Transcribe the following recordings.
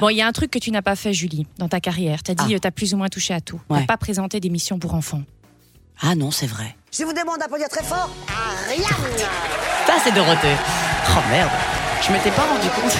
Bon, il y a un truc que tu n'as pas fait, Julie, dans ta carrière. Tu as dit, tu as plus ou moins touché à tout. Tu Ah. Ouais. pas présenté d'émissions pour enfants. Ah non, c'est vrai. Je vous demande d'applaudir très fort Ariane Ça, c'est Dorothée. Oh merde, je m'étais pas rendu compte.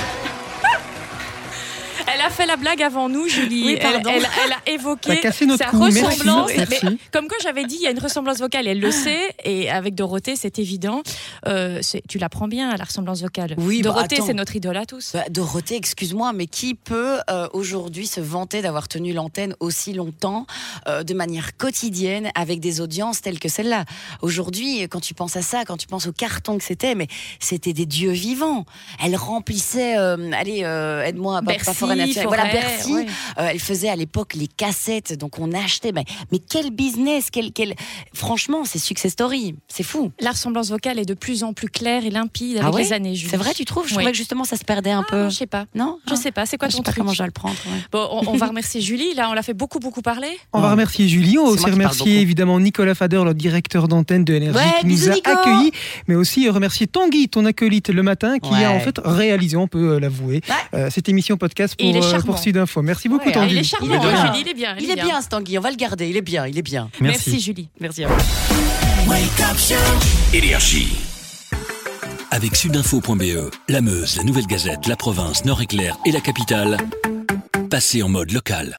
Elle a fait la blague avant nous, Julie. Oui, pardon. Elle, elle- elle a évoqué T'as cassé notre sa coup, merci, ressemblance. merci. Mais comme quoi j'avais dit, il y a une ressemblance vocale. Elle Ah. le sait. Et avec Dorothée, c'est évident. Euh, c'est- tu la prends bien, la ressemblance vocale. Oui, bah, Dorothée, attends. c'est notre idole à tous. Bah, Dorothée, excuse-moi, mais qui peut euh, aujourd'hui se vanter d'avoir tenu l'antenne aussi longtemps, euh, de manière quotidienne, avec des audiences telles que celle-là Aujourd'hui, quand tu penses à ça, quand tu penses au carton que c'était, mais c'était des dieux vivants. Elle remplissait, euh, allez, euh, aide-moi, pas- pas, Bercy, Forêt Nationale. voilà, Forêt, Bercy. ouais. Euh, elle faisait à l'époque les cassettes, donc on achetait. Mais, mais quel business, quel, quel... Franchement, c'est success story, c'est fou. La ressemblance vocale est de plus en plus claire et limpide avec Ah ouais les années, Julie. C'est vrai, tu trouves Je Oui. trouvais que justement ça se perdait un Ah, peu. Je sais pas. Non Je sais pas. C'est quoi je ton sais pas truc comment je vais le prendre. ouais. Bon, on, on va remercier Julie. Là, on l'a fait beaucoup, beaucoup parler. Ah, On va remercier Julie, on va C'est moi aussi qui parle remercier beaucoup. évidemment Nicolas Fader, notre directeur d'antenne de Énergie, Ouais, qui nous bisous, a Nico. accueillis, mais aussi remercier Tanguy, ton acolyte le matin, qui Ouais. a en fait réalisé, on peut euh, l'avouer, euh, cette émission podcast Et il pour, est euh, charmant. pour Sud Info. Merci beaucoup Ouais, Ah, Tanguy. il Il est est charmant, bien. hein, Julie. Il est bien. Il est bien, ce Tanguy, on va le garder, il est bien, il est bien. Merci. Julie. Merci à vous. Énergie. Avec sudinfo.be, la Meuse, la Nouvelle Gazette, la Province, Nord-Éclair et la Capitale, passez en mode local.